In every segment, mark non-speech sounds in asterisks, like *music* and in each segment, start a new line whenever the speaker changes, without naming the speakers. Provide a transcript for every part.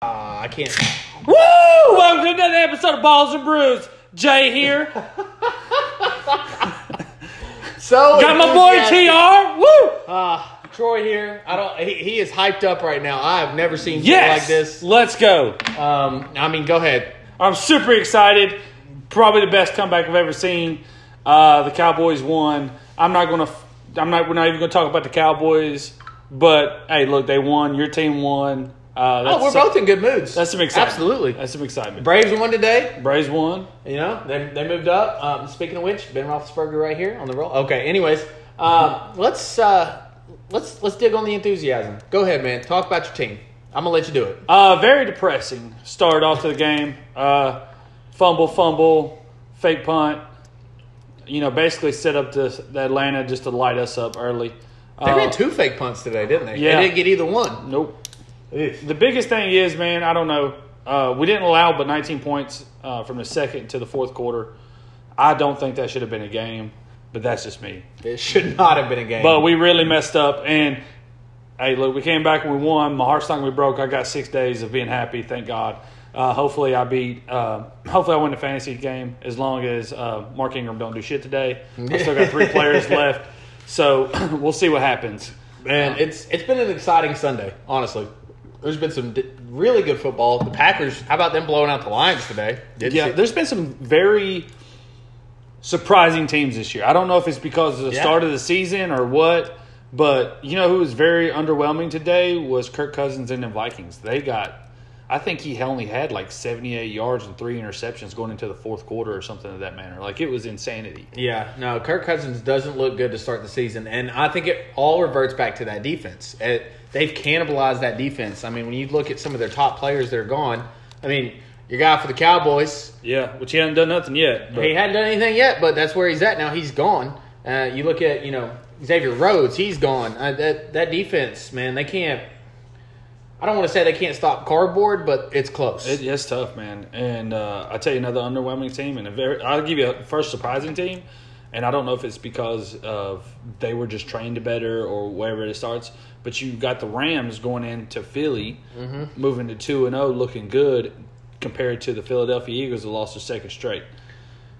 Ah, I can't.
Woo! Welcome to another episode of Balls and Brews. Jay here.
So
Got my
*laughs*
boy TR. Woo!
Ah, Troy here. I don't. He, he is hyped up right now. I have never seen Troy
Yes.
like this.
Let's go.
Um, I mean, go ahead.
I'm super excited. Probably the best comeback I've ever seen. Uh, the Cowboys won. I'm not gonna. f- I'm not. We're not even gonna talk about the Cowboys. But hey, look, they won. Your team won. Uh, that's
Oh, we're
some-
both in good moods.
That's some excitement.
Absolutely.
That's some excitement.
Braves won today.
Braves won.
You know, they, they moved up. Um, speaking of which, Ben Roethlisberger right here on the roll. Okay. Anyways, um, let's uh, let's let's dig on the enthusiasm. Go ahead, man. Talk about your team. I'm gonna let you do it.
Uh, very depressing start off to the game. Uh, fumble, fumble, fake punt. You know, basically set up to the Atlanta just to light us up early.
They
Uh,
ran two fake punts today, didn't they?
yeah.
They didn't get either one.
Nope.
Ugh.
The biggest thing is, man, I don't know. Uh, we didn't allow but 19 points uh, from the second to the fourth quarter. I don't think that should have been a game, but that's just me.
It should not have been a game.
But we really messed up. And hey, look, we came back and we won. My heart's not gonna be broke. I got six days of being happy. Thank God. Uh, hopefully, I beat. Uh, hopefully, I win the fantasy game. As long as uh, Mark Ingram don't do shit today, I still got three players left. So *clears throat* we'll see what happens.
Man, it's it's been an exciting Sunday. Honestly, there's been some d- really good football. The Packers, how about them blowing out the Lions today? Did
Yeah,
see-
there's been some very surprising teams this year. I don't know if it's because of the
Yeah.
start of the season or what, but you know who was very underwhelming today was Kirk Cousins and the Vikings. They got, I think he only had like 78 yards and three interceptions going into the fourth quarter or something of that manner. Like it was insanity.
yeah. No, Kirk Cousins doesn't look good to start the season, and I think it all reverts back to that defense. It, they've cannibalized that defense. I mean, when you look at some of their top players, they're gone. I mean, your guy for the Cowboys,
Yeah, which he hadn't done nothing yet.
he hadn't done anything yet, but that's where he's at now. He's gone. Uh, you look at you know Xavier Rhodes, he's gone. Uh, that that defense, man, they can't. I don't want to say they can't stop cardboard, but it's close.
It, it's tough, man. And uh, I tell you, another underwhelming team, and a very. I'll give you a first surprising team, and I don't know if it's because of they were just trained better or wherever it starts. But you got the Rams going into Philly,
Mm-hmm.
moving to two and zero, looking good compared to the Philadelphia Eagles who lost their second straight.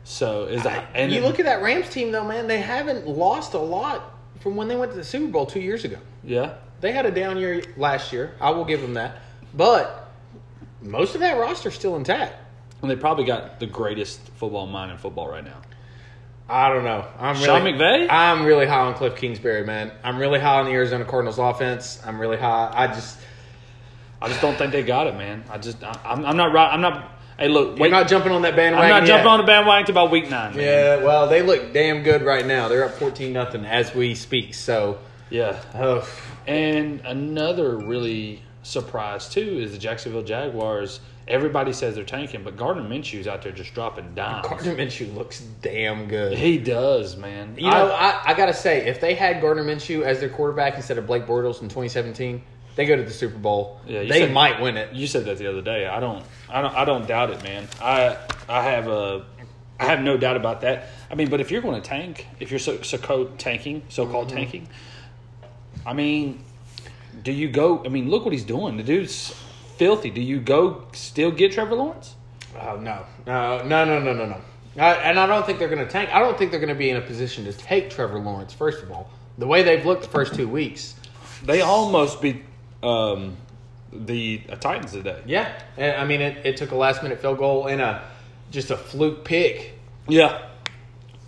So is that and
you look at that Rams team though, man. They haven't lost a lot from when they went to the Super Bowl two years ago.
yeah.
They had a down year last year. I will give them that, but most of that roster's still intact.
And they probably got the greatest football mind in football right now.
I don't know. I'm really,
Sean McVay?
I'm really high on Cliff Kingsbury, man. I'm really high on the Arizona Cardinals offense. I'm really high. I just
I just don't think they got it, man. I just I, I'm, I'm not right. I'm not. Hey, look,
We're
wait,
not jumping on that bandwagon.
I'm not jumping
yet.
on the bandwagon until about week nine. Man.
Yeah, well, they look damn good right now. They're up fourteen nothing as we speak. So,
Yeah.
oh,
And another really surprise too is the Jacksonville Jaguars. Everybody says they're tanking, but Gardner Minshew's out there just dropping dimes.
Gardner Minshew looks damn good.
he does, man.
You know, I, I gotta say, if they had Gardner Minshew as their quarterback instead of Blake Bortles in 2017, they go to the Super Bowl.
Yeah, you
they
said-
might win it.
you said that the other day. I don't, I don't, I don't doubt it, man. I, I have a, I have no doubt about that. I mean, but if you're going to tank, if you're so, so called tanking, so called
Mm-hmm.
tanking, I mean, do you go? I mean, look what he's doing. The dude's filthy. Do you go still get Trevor Lawrence?
Oh no, no, no, no, no, no, no. I, and I don't think they're going to tank. I don't think they're going to be in a position to take Trevor Lawrence. First of all, the way they've looked the first two weeks.
They almost beat um, the uh, Titans today.
Yeah, and, I mean, it, it took a last minute field goal and a just a fluke pick.
Yeah.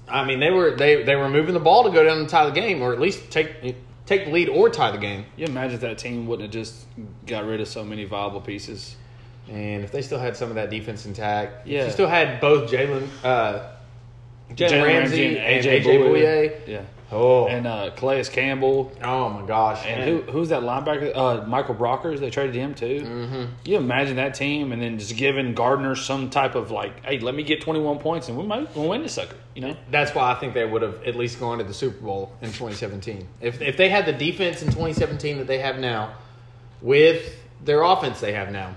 I mean, they were they they were moving the ball to go down and tie the game, or at least take take the lead or tie the game.
You imagine if that team wouldn't have just got rid of so many viable pieces.
And if they still had some of that defense intact, if
Yeah.
you still had both Jalen uh, Jalen
Jalen
Ramsey and AJ, Bouye.
Yeah.
Oh,
And uh, Calais Campbell.
oh my gosh!
And who, who's that linebacker? Uh, Michael Brockers. They traded him too. Mm-hmm. You imagine that team, and then just giving Gardner some type of like, hey, let me get twenty one points, and we might we'll win this sucker. You know?
That's why I think they would have at least gone to the Super Bowl in 2017. If if they had the defense in 2017 that they have now, with their offense they have now,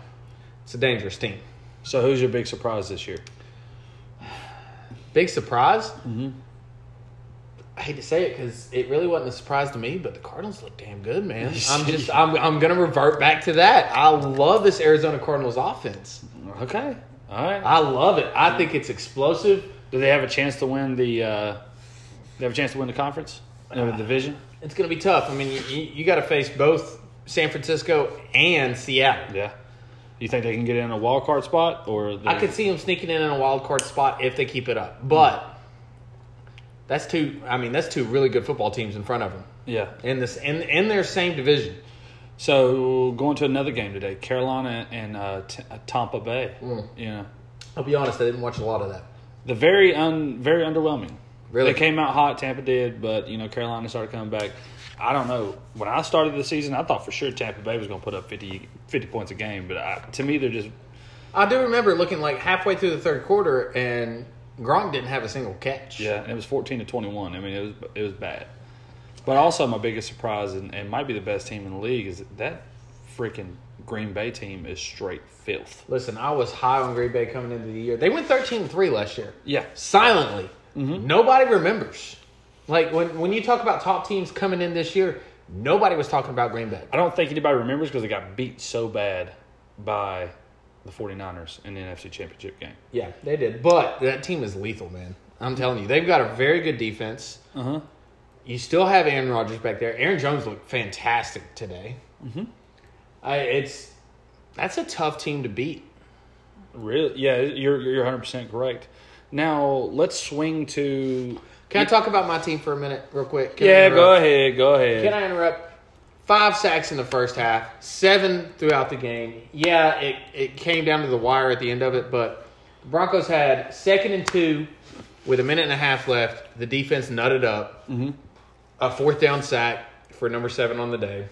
it's a dangerous team.
So who's your big surprise this year?
Big surprise. I hate to say it because it really wasn't a surprise to me, but the Cardinals look damn good, man. I'm just I'm I'm gonna revert back to that. I love this Arizona Cardinals offense.
Okay. All right.
I love it. I think it's explosive.
Do they have a chance to win the? Uh, they have a chance to win the conference, no, the division.
It's gonna be tough. I mean, you, you, you got to face both San Francisco and Seattle.
Yeah. You think they can get in a wild card spot, or
I could see them sneaking in in a wild card spot if they keep it up, but. That's two. I mean, that's two really good football teams in front of them
Yeah.
in this in in their same division.
So going to another game today, Carolina and uh, T- uh, Tampa Bay. You know,
I'll be honest, I didn't watch a lot of that.
the very un very underwhelming.
Really?
they came out hot. Tampa did, but you know Carolina started coming back. I don't know. When I started the season, I thought for sure Tampa Bay was going to put up 50, 50 points a game, but I, to me they're just
I do remember looking like halfway through the third quarter, and Gronk didn't have a single catch.
Yeah, and it was fourteen to twenty one. I mean, it was it was bad. But also, my biggest surprise and, and might be the best team in the league is that freaking Green Bay team is straight filth.
Listen, I was high on Green Bay coming into the year. They went 13-3 last year.
Yeah,
Silently. Nobody remembers. Like when when you talk about top teams coming in this year, nobody was talking about Green Bay.
I don't think anybody remembers because they got beat so bad by the 49ers in the NFC Championship game.
Yeah, they did. But that team is lethal, man. I'm telling you. They've got a very good defense.
Uh huh.
You still have Aaron Rodgers back there. Aaron Jones looked fantastic today. Mm-hmm. I, it's that's a tough team to beat.
Really? Yeah, you're you're 100 percent correct. Now let's swing to.
Can I talk about my team for a minute, real quick? Can I
Yeah, go
interrupt?
ahead. Go ahead.
Can I interrupt? Five sacks in the first half, seven throughout the game. Yeah, it, it came down to the wire at the end of it, but the Broncos had second and two with a minute and a half left. The defense nutted up.
Mm-hmm.
A fourth down sack for number seven on the day.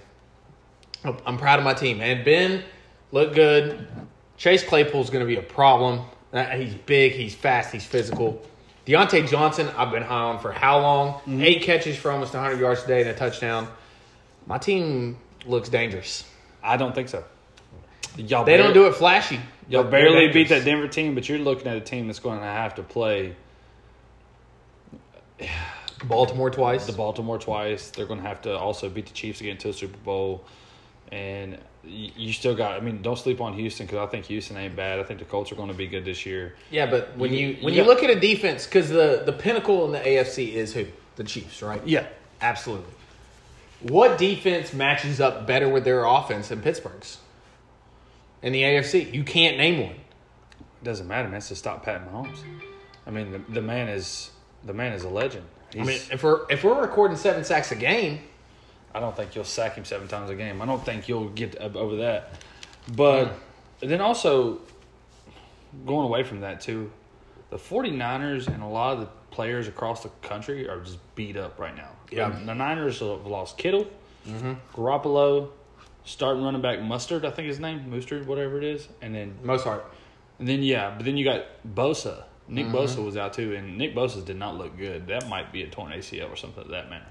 I'm- I'm proud of my team, man. Ben looked good. Chase Claypool's going to be a problem. Uh, He's big, he's fast, he's physical. Deontay Johnson, I've been high on for how long?
Mm-hmm.
Eight catches for almost 100 yards today and a touchdown. My team looks dangerous.
I don't think so. Y'all
They don't do it flashy.
Y'all
but they're
barely beat that
dangerous.
Denver team, but you're looking at a team that's going to have to play
Baltimore twice.
the Baltimore twice. They're going to have to also beat the Chiefs to get into a Super Bowl, and y- you still got. I mean, don't sleep on Houston because I think Houston ain't bad. I think the Colts are going to be good this year.
Yeah, but when you, when
you
you
got-
look at a defense, because the, the pinnacle in the AFC is who? The Chiefs, right?
Yeah,
Absolutely. What defense matches up better with their offense than Pittsburgh's? In the AFC, you can't name one.
it doesn't matter, man. It's to stop Pat Mahomes. I mean, the, the man is the man is a legend. He's,
I mean, if we're if we're recording seven sacks a game,
I don't think you'll sack him seven times a game. I don't think you'll get up over that. But then also going away from that too, the 49ers and a lot of the players across the country are just beat up right now.
Yeah.
The Niners have lost Kittle, Garoppolo, starting running back Mustard, I think his name, Mustard, whatever it is, and then
Mozart.
and then yeah, but then you got Bosa. Nick Bosa was out too, and Nick Bosa did not look good. That might be a torn ACL or something of that manner.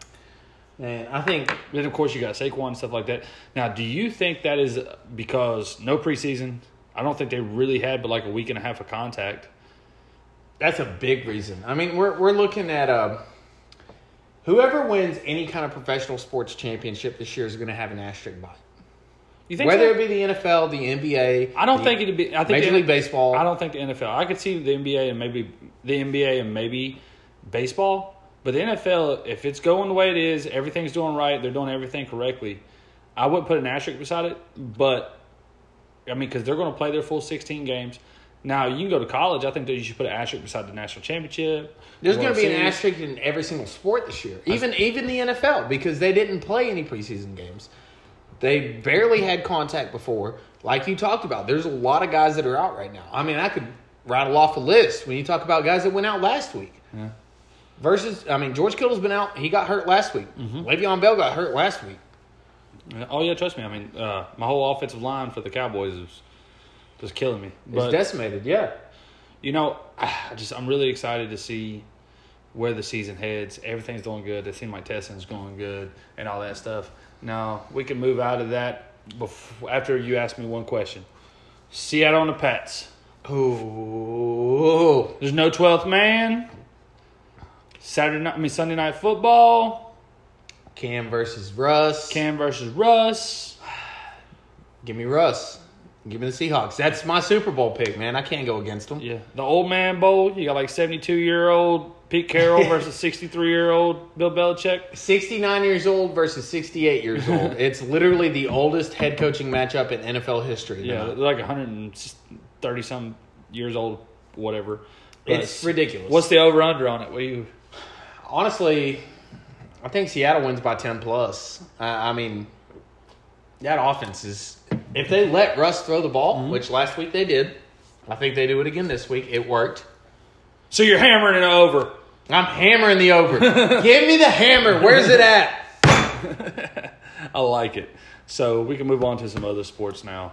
And I think
Then of course you got Saquon and stuff like that. Now, do you think that is because no preseason? I don't think they really had, but like a week and a half of contact.
that's a big reason. I mean, we're we're looking at uh, whoever wins any kind of professional sports championship this year is going to have an asterisk by. it.
You think
Whether
so?
it be the NFL, the NBA,
I don't
the
think it'd be. I think
Major
the-
League Baseball.
I don't think the NFL. I could see the NBA and maybe the NBA and maybe baseball, but the NFL, if it's going the way it is, everything's doing right. They're doing everything correctly. I wouldn't put an asterisk beside it, but I mean, because they're going to play their full sixteen games. Now you can go to college. I think that you should put an asterisk beside the national championship.
There's
the
going
World
to be an
Series.
asterisk in every single sport this year, even even the NFL, because they didn't play any preseason games. They barely had contact before, like you talked about. There's a lot of guys that are out right now. I mean, I could rattle off a list when you talk about guys that went out last week. Versus, I mean, George Kittle's been out. He got hurt last week.
Mm-hmm.
Le'Veon Bell got hurt last week.
Oh yeah, trust me. I mean, uh, my whole offensive line for the Cowboys is just killing me.
He's
But
decimated. Yeah,
you know, *sighs* I just I'm really excited to see where the season heads. Everything's doing good. It seems like testing's going good and all that stuff. Now we can move out of that before, after you ask me one question. Seattle and the Pats.
Ooh.
There's no twelfth man. Saturday night, I mean Sunday night football.
Cam versus Russ.
Cam versus Russ.
Give me Russ. Give me the Seahawks. That's my Super Bowl pick, man. I can't go against them.
Yeah, the old man bowl. You got like seventy-two year old
*laughs*
Pete Carroll versus sixty-three year old Bill Belichick.
69 years old versus 68
*laughs*
years old. it's literally the oldest head coaching matchup in NFL history.
Yeah, they're like one hundred and thirty some years old, whatever.
It's
But-
ridiculous.
What's the over under on it? What you?
Honestly, I think Seattle wins by 10 plus. I I mean, that offense is. If they let Russ throw the ball,
Mm-hmm.
which last week they did, I think they do it again this week. It worked.
So you're hammering it over.
I'm hammering the over.
*laughs*
Give me the hammer. Where's it at?
I like it. So we can move on to some other sports now.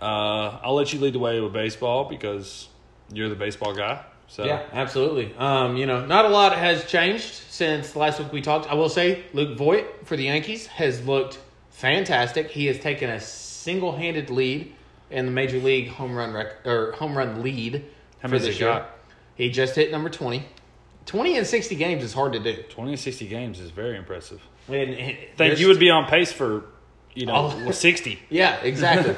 Uh, I'll let you lead the way with baseball because you're the baseball guy. So
Yeah, absolutely. Um, you know, not a lot has changed since last week we talked. I will say Luke Voigt for the Yankees has looked fantastic. He has taken a single-handed lead in the major league home run rec- or home run lead
How
for
many's
this
he
year.
got?
He just hit number 20. 20 in 60 games is hard to do.
20 and 60 games is very impressive.
And, and
Think
there's-
you would be on pace for, you know,
*laughs* Oh.
60.
Yeah,
*laughs*
exactly.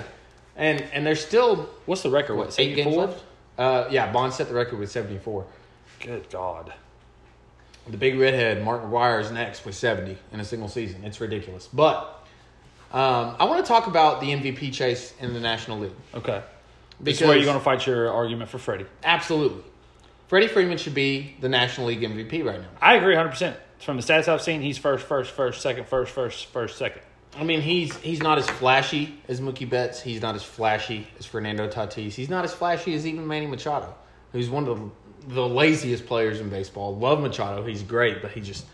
and and there's still
What's the record? What,
what, 8 games
74?
left? Uh, yeah, Bond set the record with 74.
Good God.
The big redhead, Mark McGuire, is next with 70 in a single season. It's ridiculous. But um, I want to talk about the MVP chase in the National League.
Okay. This
Because,
is where you're going to fight your argument for Freddie.
Absolutely. Freddie Freeman should be the National League MVP right now.
I agree 100%. From the stats I've seen, he's first, first, first, second, first, first, first, second.
I mean, he's he's not as flashy as Mookie Betts. He's not as flashy as Fernando Tatis. He's not as flashy as even Manny Machado, who's one of the, the laziest players in baseball. Love Machado. He's great, but he just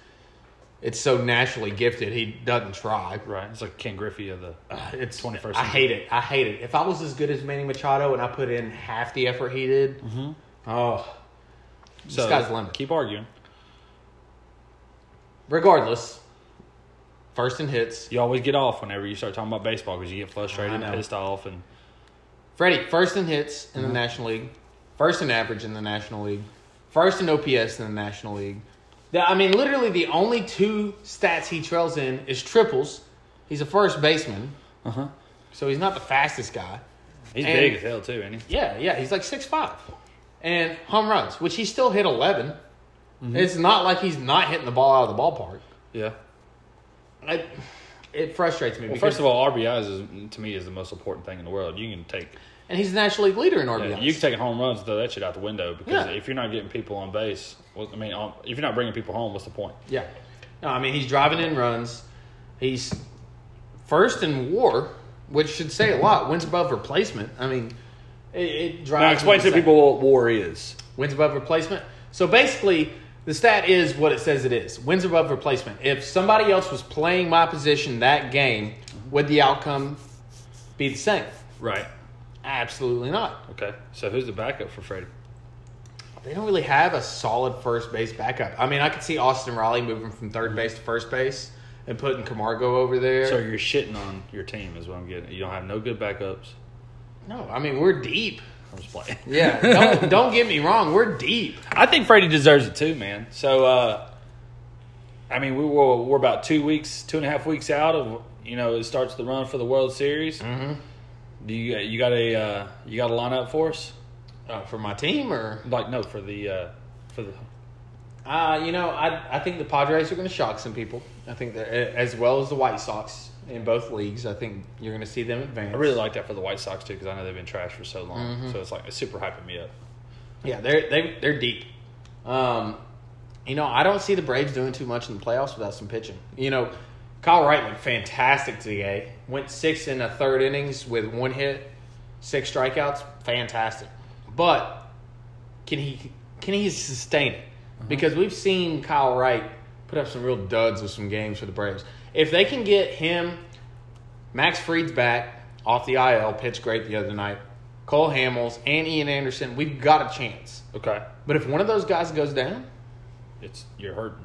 it's so naturally gifted. He doesn't try.
Right. It's like Ken Griffey of the.
It's
21st
I
century.
hate it. I hate it. If I was as good as Manny Machado and I put in half the effort he did, oh,
So
sky's the limit.
Keep arguing.
regardless, first in hits.
You always get off whenever you start talking about baseball because you get
I
frustrated and
know.
pissed off. And
Freddie, first in hits in the National League, first in average in the National League, first in OPS in the National League. The- I mean, literally, the only two stats he trails in is triples. He's a first baseman,
Uh-huh.
so he's not the fastest guy.
he's
And-
big as hell too, ain't he?
Yeah, yeah, he's like six five, and home runs, which he still hit 11 It's not like he's not hitting the ball out of the ballpark.
Yeah.
I, it frustrates me.
Well,
because,
first of all, RBIs is, to me is the most important thing in the world. You can take
and he's the National League leader in RBIs.
you can take home runs and throw that shit out the window because
Yeah.
if you're not getting people on base, well, I mean, um, if you're not bringing people home, what's the point?
Yeah. No, I mean he's driving in runs. He's first in WAR, which should say a lot. Wins above replacement. I mean, it, it drives.
Now explain
me
to
insane.
people what WAR is.
Wins above replacement. So basically, the stat is what it says it is. Wins above replacement. If somebody else was playing my position that game, would the outcome be the same?
Right.
Absolutely not.
Okay. So who's the backup for Freddie?
They don't really have a solid first base backup. I mean, I could see Austin Riley moving from third base to first base and putting Camargo over there.
So you're shitting on your team is what I'm getting. You don't have no good backups.
No, I mean we're deep.
I'm just playing.
Yeah, *laughs* don't don't get me wrong, we're deep.
*laughs* I think Freddie deserves it too, man. So, uh, I mean, we were we're about two weeks, two and a half weeks out of you know it starts the run for the World Series. Mm-hmm. Do you you got a uh, you got a lineup for us?
Uh, for my team, or
Like no for the uh, for the
uh, you know, I I think the Padres are going to shock some people. I think that eh, as well as the White Sox in both leagues, I think you're going to see them advance.
I really like that for the White Sox too because I know they've been trash for so long. So it's like it's super hyping me up.
yeah, they're they they're deep. Um, you know, I don't see the Braves doing too much in the playoffs without some pitching. You know, Kyle Wright looked fantastic today. Went six and a third innings with one hit, six strikeouts, fantastic. But can he can he sustain it? Because we've seen Kyle Wright put up some real duds with some games for the Braves. If they can get him, Max Fried's back off the IL, pitched great the other night. Cole Hamels and Ian Anderson, we've got a chance.
Okay,
But if one of those guys goes down,
it's you're hurting.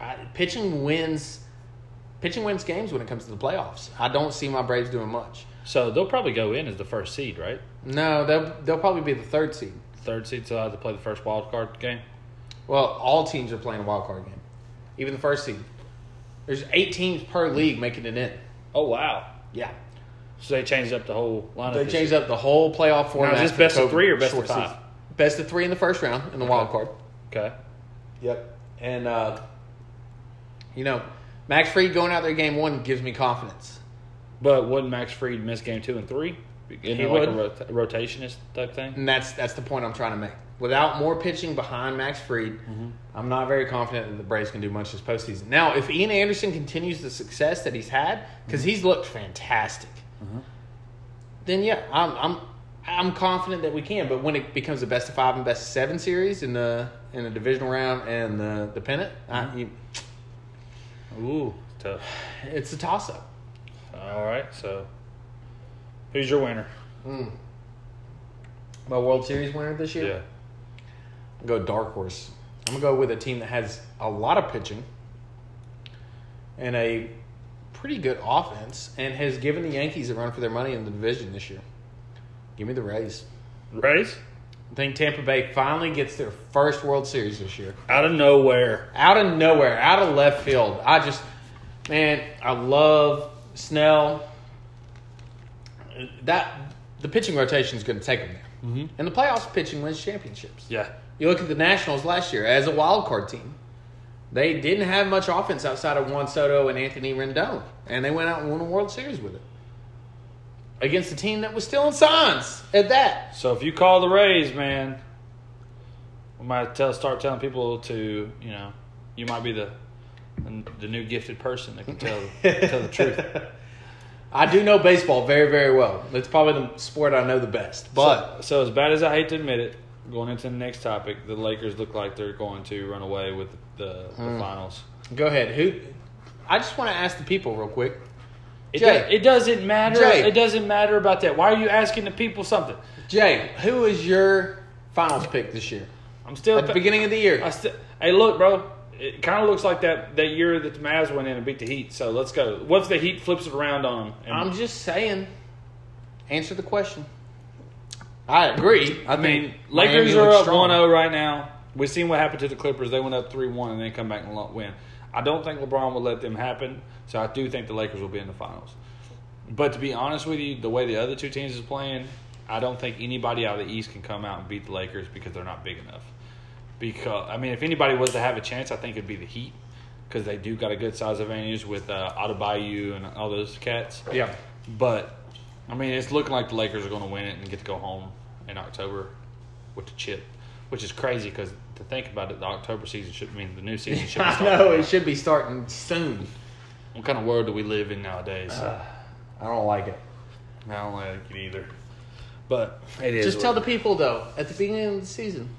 I, pitching wins. Pitching wins games when it comes to the playoffs. I don't see my Braves doing much.
So they'll probably go in as the first seed, right?
No, they'll they'll probably be the third seed.
uh, Third seed, so I have to play the first wild card game.
Well, all teams are playing a wild card game, even the first seed. There's eight teams per league making it in.
Oh wow!
Yeah,
So they changed up the whole lineup.
they
Oh, this
changed
year.
up the whole playoff format.
is this
for the
best of
COVID
three or best of
short
five?
season. Best of three in the first round in the wild card.
Okay.
Yep. And uh, you know, Max Freed going out there game one gives me confidence.
But wouldn't Max Freed miss game two and three? You
He
know, like
would.
a rota- rotationist type thing.
And that's that's the point I'm trying to make. Without more pitching behind Max Freed, I'm not very confident that the Braves can do much this postseason. Now, if Ian Anderson continues the success that he's had, because he's looked fantastic, then yeah, I'm I'm I'm confident that we can. But when it becomes the best of five and best of seven series in the in the divisional round and the the pennant, I, you,
Ooh, tough.
it's a toss up.
All right, so who's your winner?
My World Series winner this year.
Yeah.
I'll go dark horse. I'm gonna go with a team that has a lot of pitching and a pretty good offense, and has given the Yankees a run for their money in the division this year. Give me the Rays.
Rays?
I think Tampa Bay finally gets their first World Series this year.
Out of nowhere.
Out of nowhere, out of left field. I just, man, I love Snell. That the pitching rotation is going to take them there, mm-hmm. and the playoffs pitching wins championships.
Yeah.
You look at the Nationals last year as a wild card team. They didn't have much offense outside of Juan Soto and Anthony Rendon, and they went out and won a World Series with it against a team that was still in signs at
*laughs*
that.
So if you call the Rays, man, I might tell start telling people to, you know, you might be the the new gifted person that can tell tell the
*laughs*
truth.
I do know baseball very, very well. It's probably the sport I know the best. But
so, so as bad as I hate to admit it, going into the next topic, the Lakers look like they're going to run away with the, the
Hmm.
finals.
go ahead. Who? I just want to ask the people real quick.
It,
Jay.
does, it doesn't matter.
Jay.
It doesn't matter about that. Why are you asking the people something?
Jay, who is your finals pick this year?
I'm still
At the beginning of the year,
I still, hey, look, bro. It kind of looks like that, that year that the Mavs went in and beat the Heat. So let's go. What if the Heat flips it around on them? And,
I'm just saying. Answer the question. I agree. I,
I mean,
think
Lakers
Miami
are
looks
up
strong.
1 0 right now. We've seen what happened to the Clippers. They went up 3 1 and then come back and lo- win. I don't think LeBron will let them happen. So I do think the Lakers will be in the finals. But to be honest with you, the way the other two teams is playing, I don't think anybody out of the East can come out and beat the Lakers because they're not big enough. Because I mean, if anybody was to have a chance, I think it'd be the Heat because they do got a good size advantage with uh, Adebayo and all those cats.
Yeah.
But I mean, it's looking like the Lakers are going to win it and get to go home in October with the chip, which is crazy because to think about it, the October season should I mean the new season should.
*laughs*
Be
I
starting.
know it should be starting soon.
What kind of world do we live in nowadays?
Uh, I don't like it.
I don't like it either. But it is.
Just tell
what-
the people though. At the beginning of the season,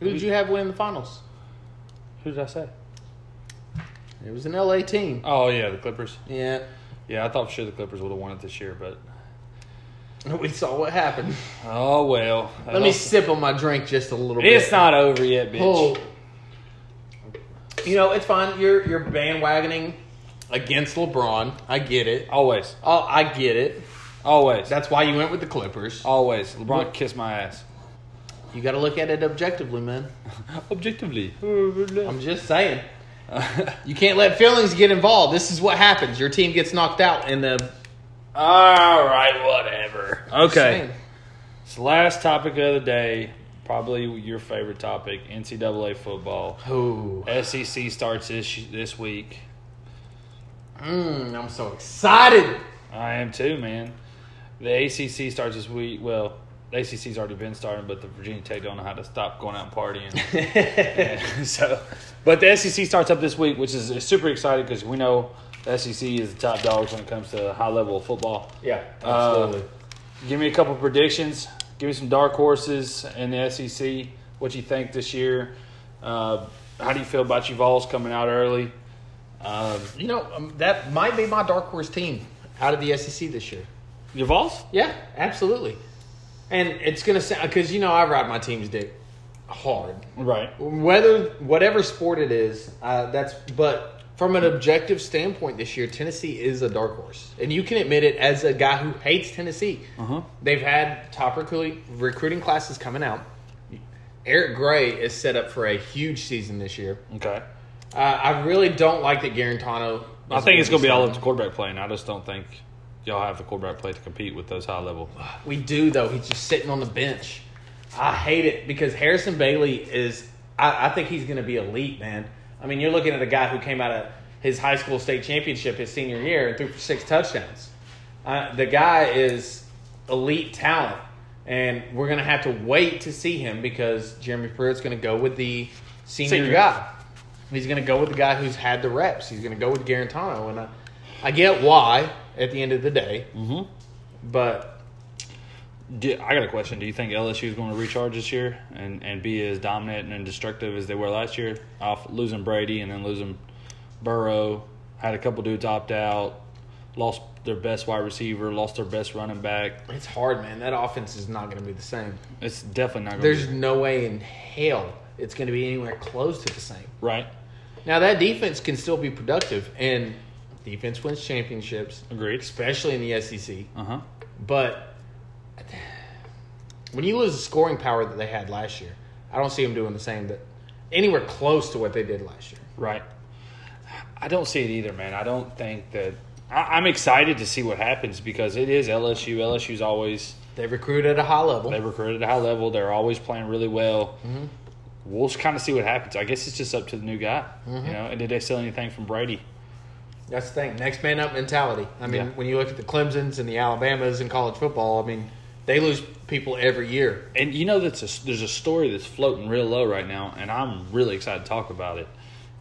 who did you have win the finals?
who did I say?
It was an LA team.
Oh yeah, the Clippers.
Yeah,
Yeah, I thought for sure the Clippers would have won it this year, but
*laughs* we saw what happened.
oh well.
Let me sip on my drink just a little bit.
It's not over yet, bitch.
Oh. You know it's fine. You're you're bandwagoning against LeBron. I get it.
Always,
Oh, I get it.
always,
That's why you went with the Clippers.
always. LeBron kissed my ass.
You got to look at it objectively, man.
Objectively.
I'm just saying. You can't let feelings get involved. This is what happens. Your team gets knocked out in the
All right, whatever. Okay.
Same.
So last topic of the day, probably your favorite topic, NCAA football.
Ooh.
SEC starts this this week.
Mm, I'm so excited.
I am too, man. The ACC starts this week. Well, the ACC's already been starting, but the Virginia Tech don't know how to stop going out and partying. And so, but the SEC starts up this week, which is super exciting because we know the SEC is the top dogs when it comes to high level football.
Yeah,
absolutely. Give me a couple predictions. Give me some dark horses in the SEC. What you think this year? Uh, how do you feel about your Vols coming out early? Um,
you know, um, that might be my dark horse team out of the SEC this year.
your Vols?
Yeah, absolutely. And it's going to sound, because, you know, I ride my team's dick hard.
Right.
Whether, whatever sport it is, uh, that's, but from an objective standpoint this year, Tennessee is a dark horse. And you can admit it as a guy who hates Tennessee.
Uh huh.
They've had top recruiting recruiting classes coming out. Eric Gray is set up for a huge season this year.
Okay.
Uh, I really don't like that Garantano.
I think it's going to be all up to quarterback play, and I just don't think y'all have the quarterback play to compete with those high level.
We do though. He's just sitting on the bench. I hate it because Harrison Bailey is. I, I think he's going to be elite, man. I mean, you're looking at a guy who came out of his high school state championship his senior year and threw for six touchdowns. Uh, the guy is elite talent, and we're going to have to wait to see him because Jeremy Pruitt's going to go with the senior,
Senior.
guy. He's going to go with the guy who's had the reps. He's going to go with Garantano, and I, I get why at the end of the day,
Mm-hmm.
but
Do, I got a question. Do you think LSU is going to recharge this year and, and be as dominant and destructive as they were last year? Off losing Brady and then losing Burrow, had a couple dudes opt out, lost their best wide receiver, lost their best running back.
It's hard, man. That offense is not going to be the same.
It's definitely not going to
There's
be
no way in hell it's going to be anywhere close to the same.
right.
Now that defense can still be productive, and defense wins championships,
Agreed.
especially in the SEC.
Uh huh.
But when you lose the scoring power that they had last year, I don't see them doing the same that anywhere close to what they did last year.
Right. I don't see it either, man. I don't think that. I, I'm excited to see what happens because it is LSU. LSU's always
They recruit at a high level.
they recruit at a high level. They're always playing really well. We'll just kind of see what happens. I guess it's just up to the new guy, you know. And did they sell anything from Brady?
That's the thing. Next man up mentality. I mean,
Yeah.
when you look at the Clemsons and the Alabamas in college football, I mean, they lose people every year.
And you know that's a, there's a story that's floating real low right now, and I'm really excited to talk about it.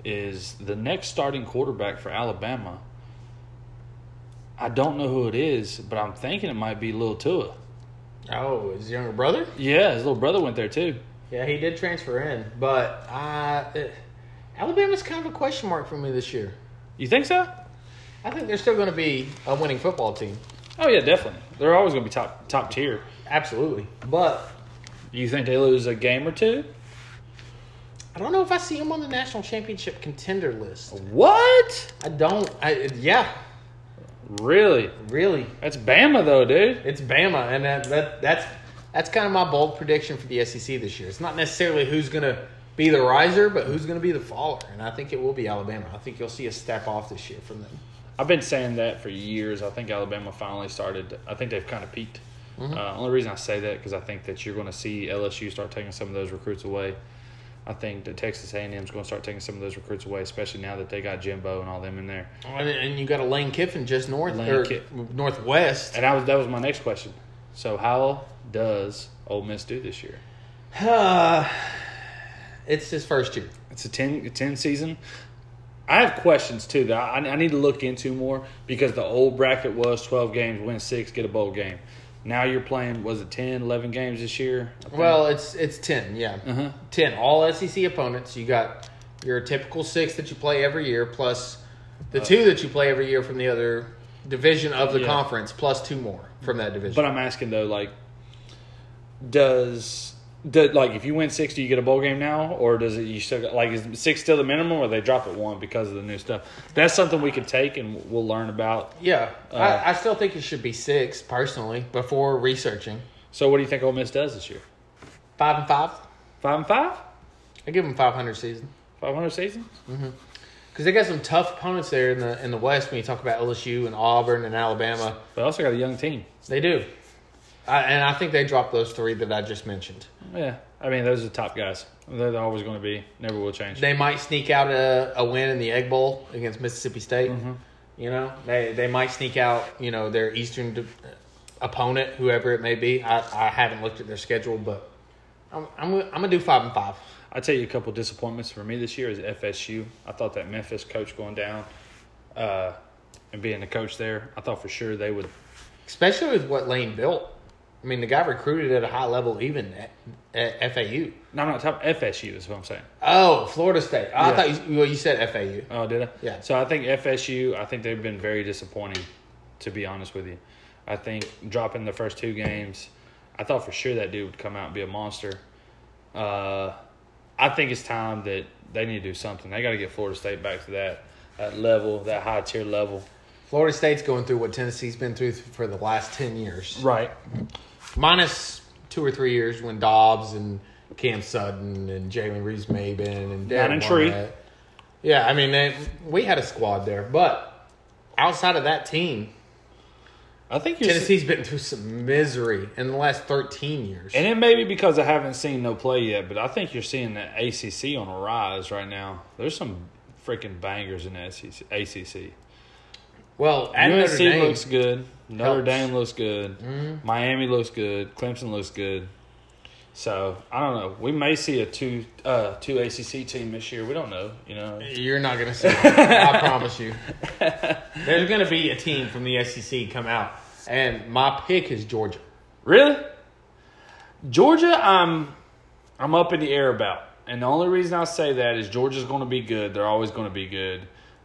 Is the next starting quarterback for Alabama? I don't know who it is, but I'm thinking it might be Lil Tua.
Oh, his younger brother?
Yeah, his little brother went there too.
Yeah, he did transfer in, but uh, eh, Alabama's kind of a question mark for me this year.
You think so?
I think they're still going to be a winning football team.
Oh yeah, definitely. They're always going to be top top tier.
Absolutely. But
You think they lose a game or two?
I don't know if I see them on the national championship contender list.
What?
I don't. I, yeah,
Really?
really.
That's Bama though, dude.
It's Bama, and that, that that's that's kind of my bold prediction for the SEC this year. It's not necessarily who's going to be the riser, but who's going to be the faller. And I think it will be Alabama. I think you'll see a step off this year from them.
I've been saying that for years. I think Alabama finally started. I think they've kind of peaked. Uh, only reason I say that because I think that you're going to see LSU start taking some of those recruits away. I think that Texas A&M is going to start taking some of those recruits away, especially now that they got Jimbo and all them in there.
And, and you got a Lane Kiffin just north
Lane
or
Ki-
northwest.
And I was, that was my next question. So how does Ole Miss do this year?
Uh, *sighs* it's his first year.
It's a 10, a 10 season. I have questions too that I, I need to look into more because the old bracket was 12 games, win six, get a bowl game. Now you're playing, was it 10, 11 games this year? I think?
Well, it's it's ten, yeah,
Uh-huh.
ten. All SEC opponents. You got your typical six that you play every year, plus the two that you play every year from the other division of the
Uh, Yeah.
conference, plus two more from that division.
but I'm asking though, like, does. Do, like if you win six, do you get a bowl game now, or does it you still got, like is six still the minimum, or they drop it one because of the new stuff? That's something we could take and we'll learn about.
yeah,
Uh,
I, I still think it should be six personally. Before researching,
So, what do you think Ole Miss does this year?
five and five,
Five and five,
I give them five hundred season
five hundred season.
because they got some tough opponents there in the in the West. When you talk about LSU and Auburn and Alabama,
They also got a young team.
they do. I, and I think they dropped those three that I just mentioned.
Yeah, I mean those are the top guys. They're always going to be. Never will change.
They might sneak out a, a win in the Egg Bowl against Mississippi State. You know, they they might sneak out. You know, their Eastern d- opponent, whoever it may be. I, I haven't looked at their schedule, but I'm I'm, gonna- I'm gonna do five and five.
I tell you a couple disappointments for me this year is FSU. I thought that Memphis coach going down, uh, and being the coach there, I thought for sure they would.
Especially with what Lane built. I mean, the guy recruited at a high level, even at, at FAU.
No, I'm not talking FSU. Is what I'm saying.
Oh, Florida State. I
Yeah.
thought you, well, you said FAU.
Oh, did I?
Yeah.
So I think FSU. I think they've been very disappointing. To be honest with you, I think dropping the first two games, I thought for sure that dude would come out and be a monster. Uh, I think it's time that they need to do something. They got to get Florida State back to that that level, that high tier level.
Florida State's going through what Tennessee's been through for the last ten years.
Right.
minus two or three years when Dobbs and Cam Sutton and Jalen Reeves Maben and
Down
Darren
in Tree.
Barnett. Yeah, I mean they, we had a squad there, but outside of that team,
I think you're
Tennessee's been through some misery in the last thirteen years.
And it may be because I haven't seen no play yet, but I think you're seeing the ACC on a rise right now. There's some freaking bangers in the E ACC. ACC.
well, at
UNC
Notre Dame,
looks good. Notre
helps. Mm-hmm.
Dame looks good. Miami looks good. Clemson looks good. So I don't know. We may see a two uh, two ACC team this year. We don't know. You know.
You're not gonna see. It. I promise
*laughs*
you. There's gonna be a team from the SEC come out, and my pick is Georgia.
Really? Georgia, I'm I'm up in the air about. And the only reason I say that is Georgia's going to be good. They're always going to be good.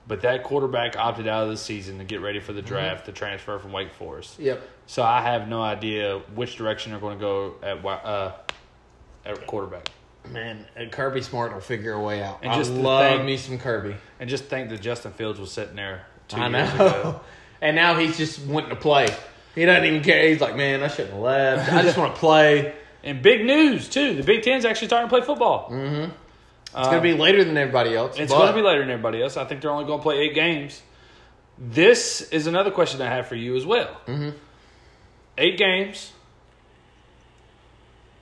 But that quarterback opted out of the season to get ready for the
Mm-hmm.
draft to transfer from Wake Forest.
Yep.
So I have no idea which direction they're going to go at wi- uh, at quarterback.
Man, and Kirby Smart will figure a way out.
And
I
just the
love
thing-
me some Kirby.
And just think that Justin Fields was sitting there two
I
years
know.
ago.
*laughs* And now he's just wanting to play. He doesn't even care. He's like, man, I shouldn't have left. I just want to play.
And big news too: the Big Ten's actually starting to play football.
It's gonna be later than everybody else.
Uh, It's
but-
going to be later than everybody else. I think they're only going to play eight games. This is another question I have for you as well. Mm-hmm. Eight games.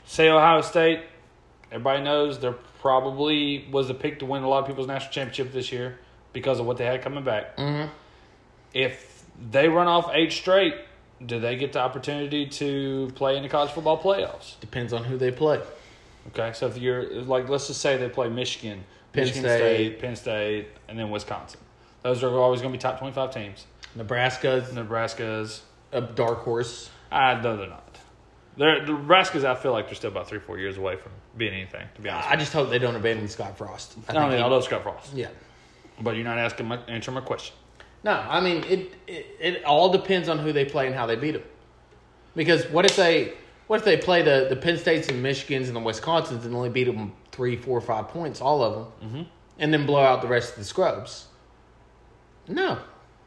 Say Ohio State. Everybody knows they're probably was the pick to win a lot of people's national championship this year because of what they had coming back. Mm-hmm. If they run off eight straight, do they get the opportunity to play in the college football playoffs?
depends on who they play.
Okay, so if you're like, let's just say they play Michigan,
Penn
Michigan
State.
State. Penn State, and then Wisconsin. Those are always going to be top twenty-five teams.
Nebraska's
Nebraska's,
a dark horse.
uh, no, they're not. They're Nebraska's. I feel like they're still about three, four years away from being anything. To be honest,
I just hope they don't abandon Scott Frost.
I,
I
don't
think
mean, I love Scott Frost,
he- yeah.
but you're not asking my answer my question.
No, I mean it, it. It all depends on who they play and how they beat them. Because what if they what if they play the the Penn States and Michigans and the Wisconsins and only beat them three, four, five points, all of them, and then blow out the rest of the scrubs? No,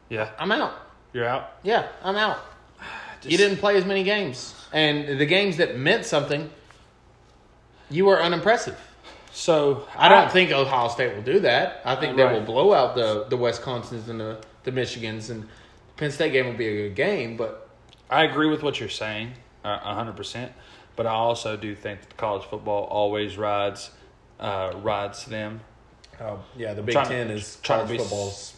Yeah,
I'm out.
you're out.
Yeah, I'm out. you
Just-
didn't play as many games, and the games that meant something, you were unimpressive.
So
I don't think Ohio State will do that. I think they
Right.
will blow out the the Wisconsins and the, the Michigans and Penn State game will be a good game, but
I agree with what you're saying, uh, a hundred percent. But I also do think that college football always rides, uh, rides them,
um, yeah, the Big
Trying to-
Ten is
trying to
college
be s-
football's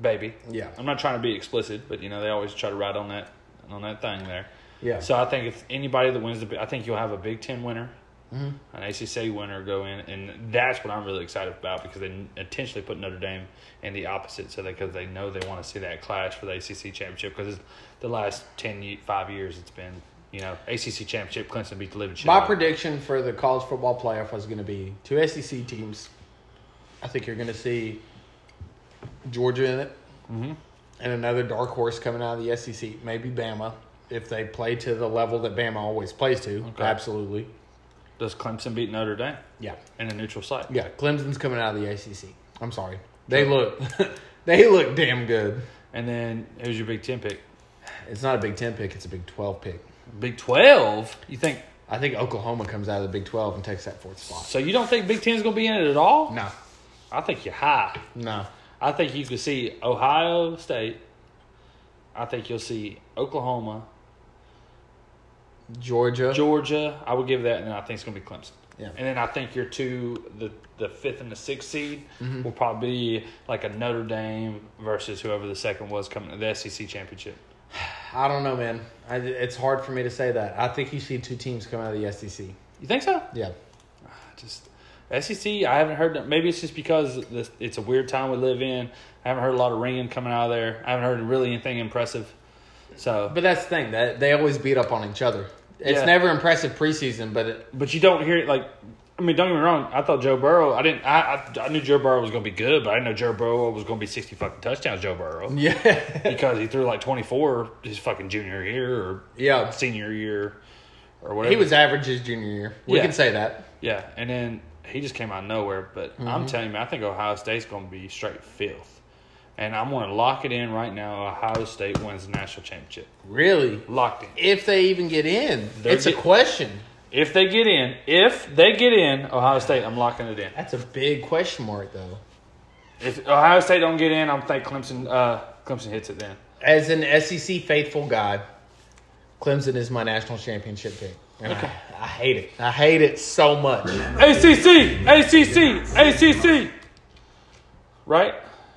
baby.
yeah
I'm not trying to be explicit, but you know they always try to ride on that on that thing there.
yeah.
So I think if anybody that wins the, I think you'll have a Big Ten winner,
Mm-hmm.
an ACC winner go in, and that's what I'm really excited about because they intentionally put Notre Dame in the opposite, so because they know they want to see that clash for the ACC championship because the last ten ye- five years it's been you know ACC championship Clemson beat the living shit.
My
out of them.
prediction for the college football playoff was going to be two SEC teams. I think you're going to see Georgia in it,
Mm-hmm.
and another dark horse coming out of the SEC, maybe Bama if they play to the level that Bama always plays to.
Okay.
Absolutely,
Does Clemson beat Notre Dame
yeah.
in a neutral site?
Yeah, Clemson's coming out of the ACC. I'm sorry. They look *laughs* they look damn good.
And then who's your Big Ten pick?
It's not a Big 10 pick, it's a Big 12 pick.
Big Twelve? You think?
I think Oklahoma comes out of the Big 12 and takes that fourth spot.
So you don't think Big Ten's gonna be in it at all?
No.
I think you're high.
No.
I think you could see Ohio State. I think you'll see Oklahoma,
Georgia.
Georgia. I would give that, and I think it's going to be Clemson.
Yeah.
And then I think your two, the the fifth and the sixth seed,
Mm-hmm.
will probably be like a Notre Dame versus whoever the second was coming to the SEC championship.
I don't know, man. I, it's hard for me to say that. I think you see two teams come out of the E SEC.
You think so?
Yeah.
Just SEC. I haven't heard. that- Maybe it's just because this, it's a weird time we live in. I haven't heard a lot of ringing coming out of there. I haven't heard really anything impressive. So
But that's the thing. That they always beat up on each other. It's
Yeah.
never impressive preseason, but it, *laughs*
but you don't hear it like. I mean, don't get me wrong. I thought Joe Burrow. I didn't. I I, I knew Joe Burrow was going to be good, but I didn't know Joe Burrow was going to be sixty fucking touchdowns. Joe Burrow
yeah.
*laughs* because he threw like twenty four his fucking junior year or
yeah.
senior year or whatever.
He was average his junior year. We
Yeah.
can say that.
yeah, and then he just came out of nowhere. But
Mm-hmm.
I'm telling you, man, I think Ohio State's going to be straight filth, and I'm going to lock it in right now. Ohio State wins the national championship.
Really?
Locked in.
if they even get in.
They're
it's a
get-
question.
If they get in, if they get in, Ohio State, I'm locking it in.
That's a big question mark, though.
If Ohio State don't get in, I'm think Clemson. Uh, Clemson hits it then.
As an SEC faithful guy, Clemson is my national championship pick. And
Okay.
I, I hate it. I hate it so much. *laughs*
ACC, ACC, ACC. Right?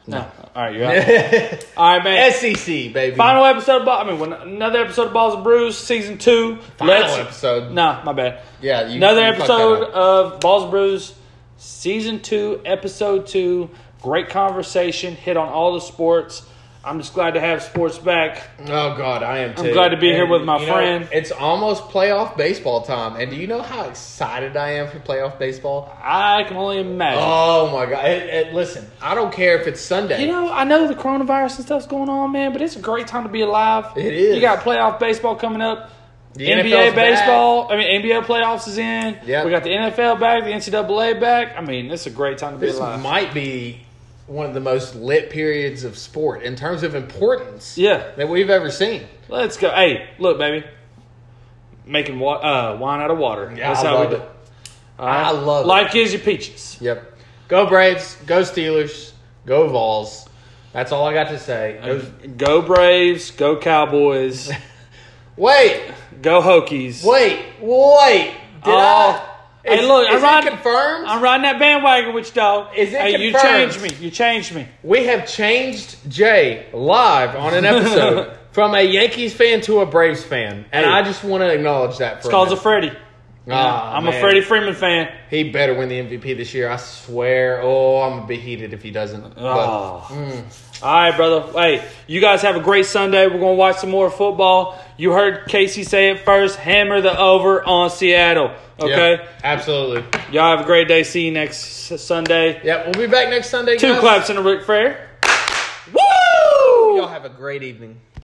No. All right,
*laughs*
you're out.
SEC,
All right, man.
E baby.
Final episode of Ball. I mean, when, another episode of Balls and Brews, season two.
Final episode.
Nah, my bad.
Yeah, you-
another
you fucked
episode
that up.
of Balls and Brews, season two, episode two. Great conversation. Hit on all the sports. I'm just glad to have sports back.
Oh God, I am. Too.
glad to be here with my
you know,
friend.
it's almost playoff baseball time, and do you know how excited I am for playoff baseball?
I can only imagine.
Oh my God! It- it- listen, I don't care if it's Sunday.
You know, I know the coronavirus and stuff's going on, man, but it's a great time to be alive.
It is.
You got playoff baseball coming up.
The NFL's
NBA
back.
baseball, I mean NBA playoffs is in.
Yeah.
We got the NFL back, the NCAA back. I mean, it's a great time to be
this
alive.
might be one of the most lit periods of sport in terms of importance
yeah.
that we've ever seen.
Let's go. Hey, look, baby. Making wa- uh, wine out of water.
Yeah, I love
do
it.
All right?
I love it.
Life gives you peaches.
Yep. Go Braves. Go Steelers. Go Vols. That's all I got to say. Go-
Go Braves, go
*laughs*
Cowboys,
wait,
go Hokies.
wait, wait. Did
Oh.
I? Is,
Hey, look,
is
I'm
it
riding-
confirmed?
I'm riding that bandwagon with you, dog.
Is it
hey, you
confirmed?
changed me. You changed me.
We have changed Jay live on an
*laughs*
episode from a Yankees fan to a Braves fan, and
Hey.
I just want to acknowledge that. For
It's called a
minute.
Freddie.
Ah,
I'm a
man.
Freddie Freeman fan.
He better win the MVP this year. I swear. Oh, I'm gonna be heated if he doesn't. But- mm.
Oh. All right, brother. Hey, you guys have a great Sunday. We're gonna watch some more football. You heard Casey say it first. Hammer the over on Seattle. Okay.
Yep, absolutely.
Y'all have a great day. See you next S- Sunday.
Yeah, we'll be back next Sunday.
Two
guys.
claps and a Ric Fair. Woo!
Y'all have a great evening.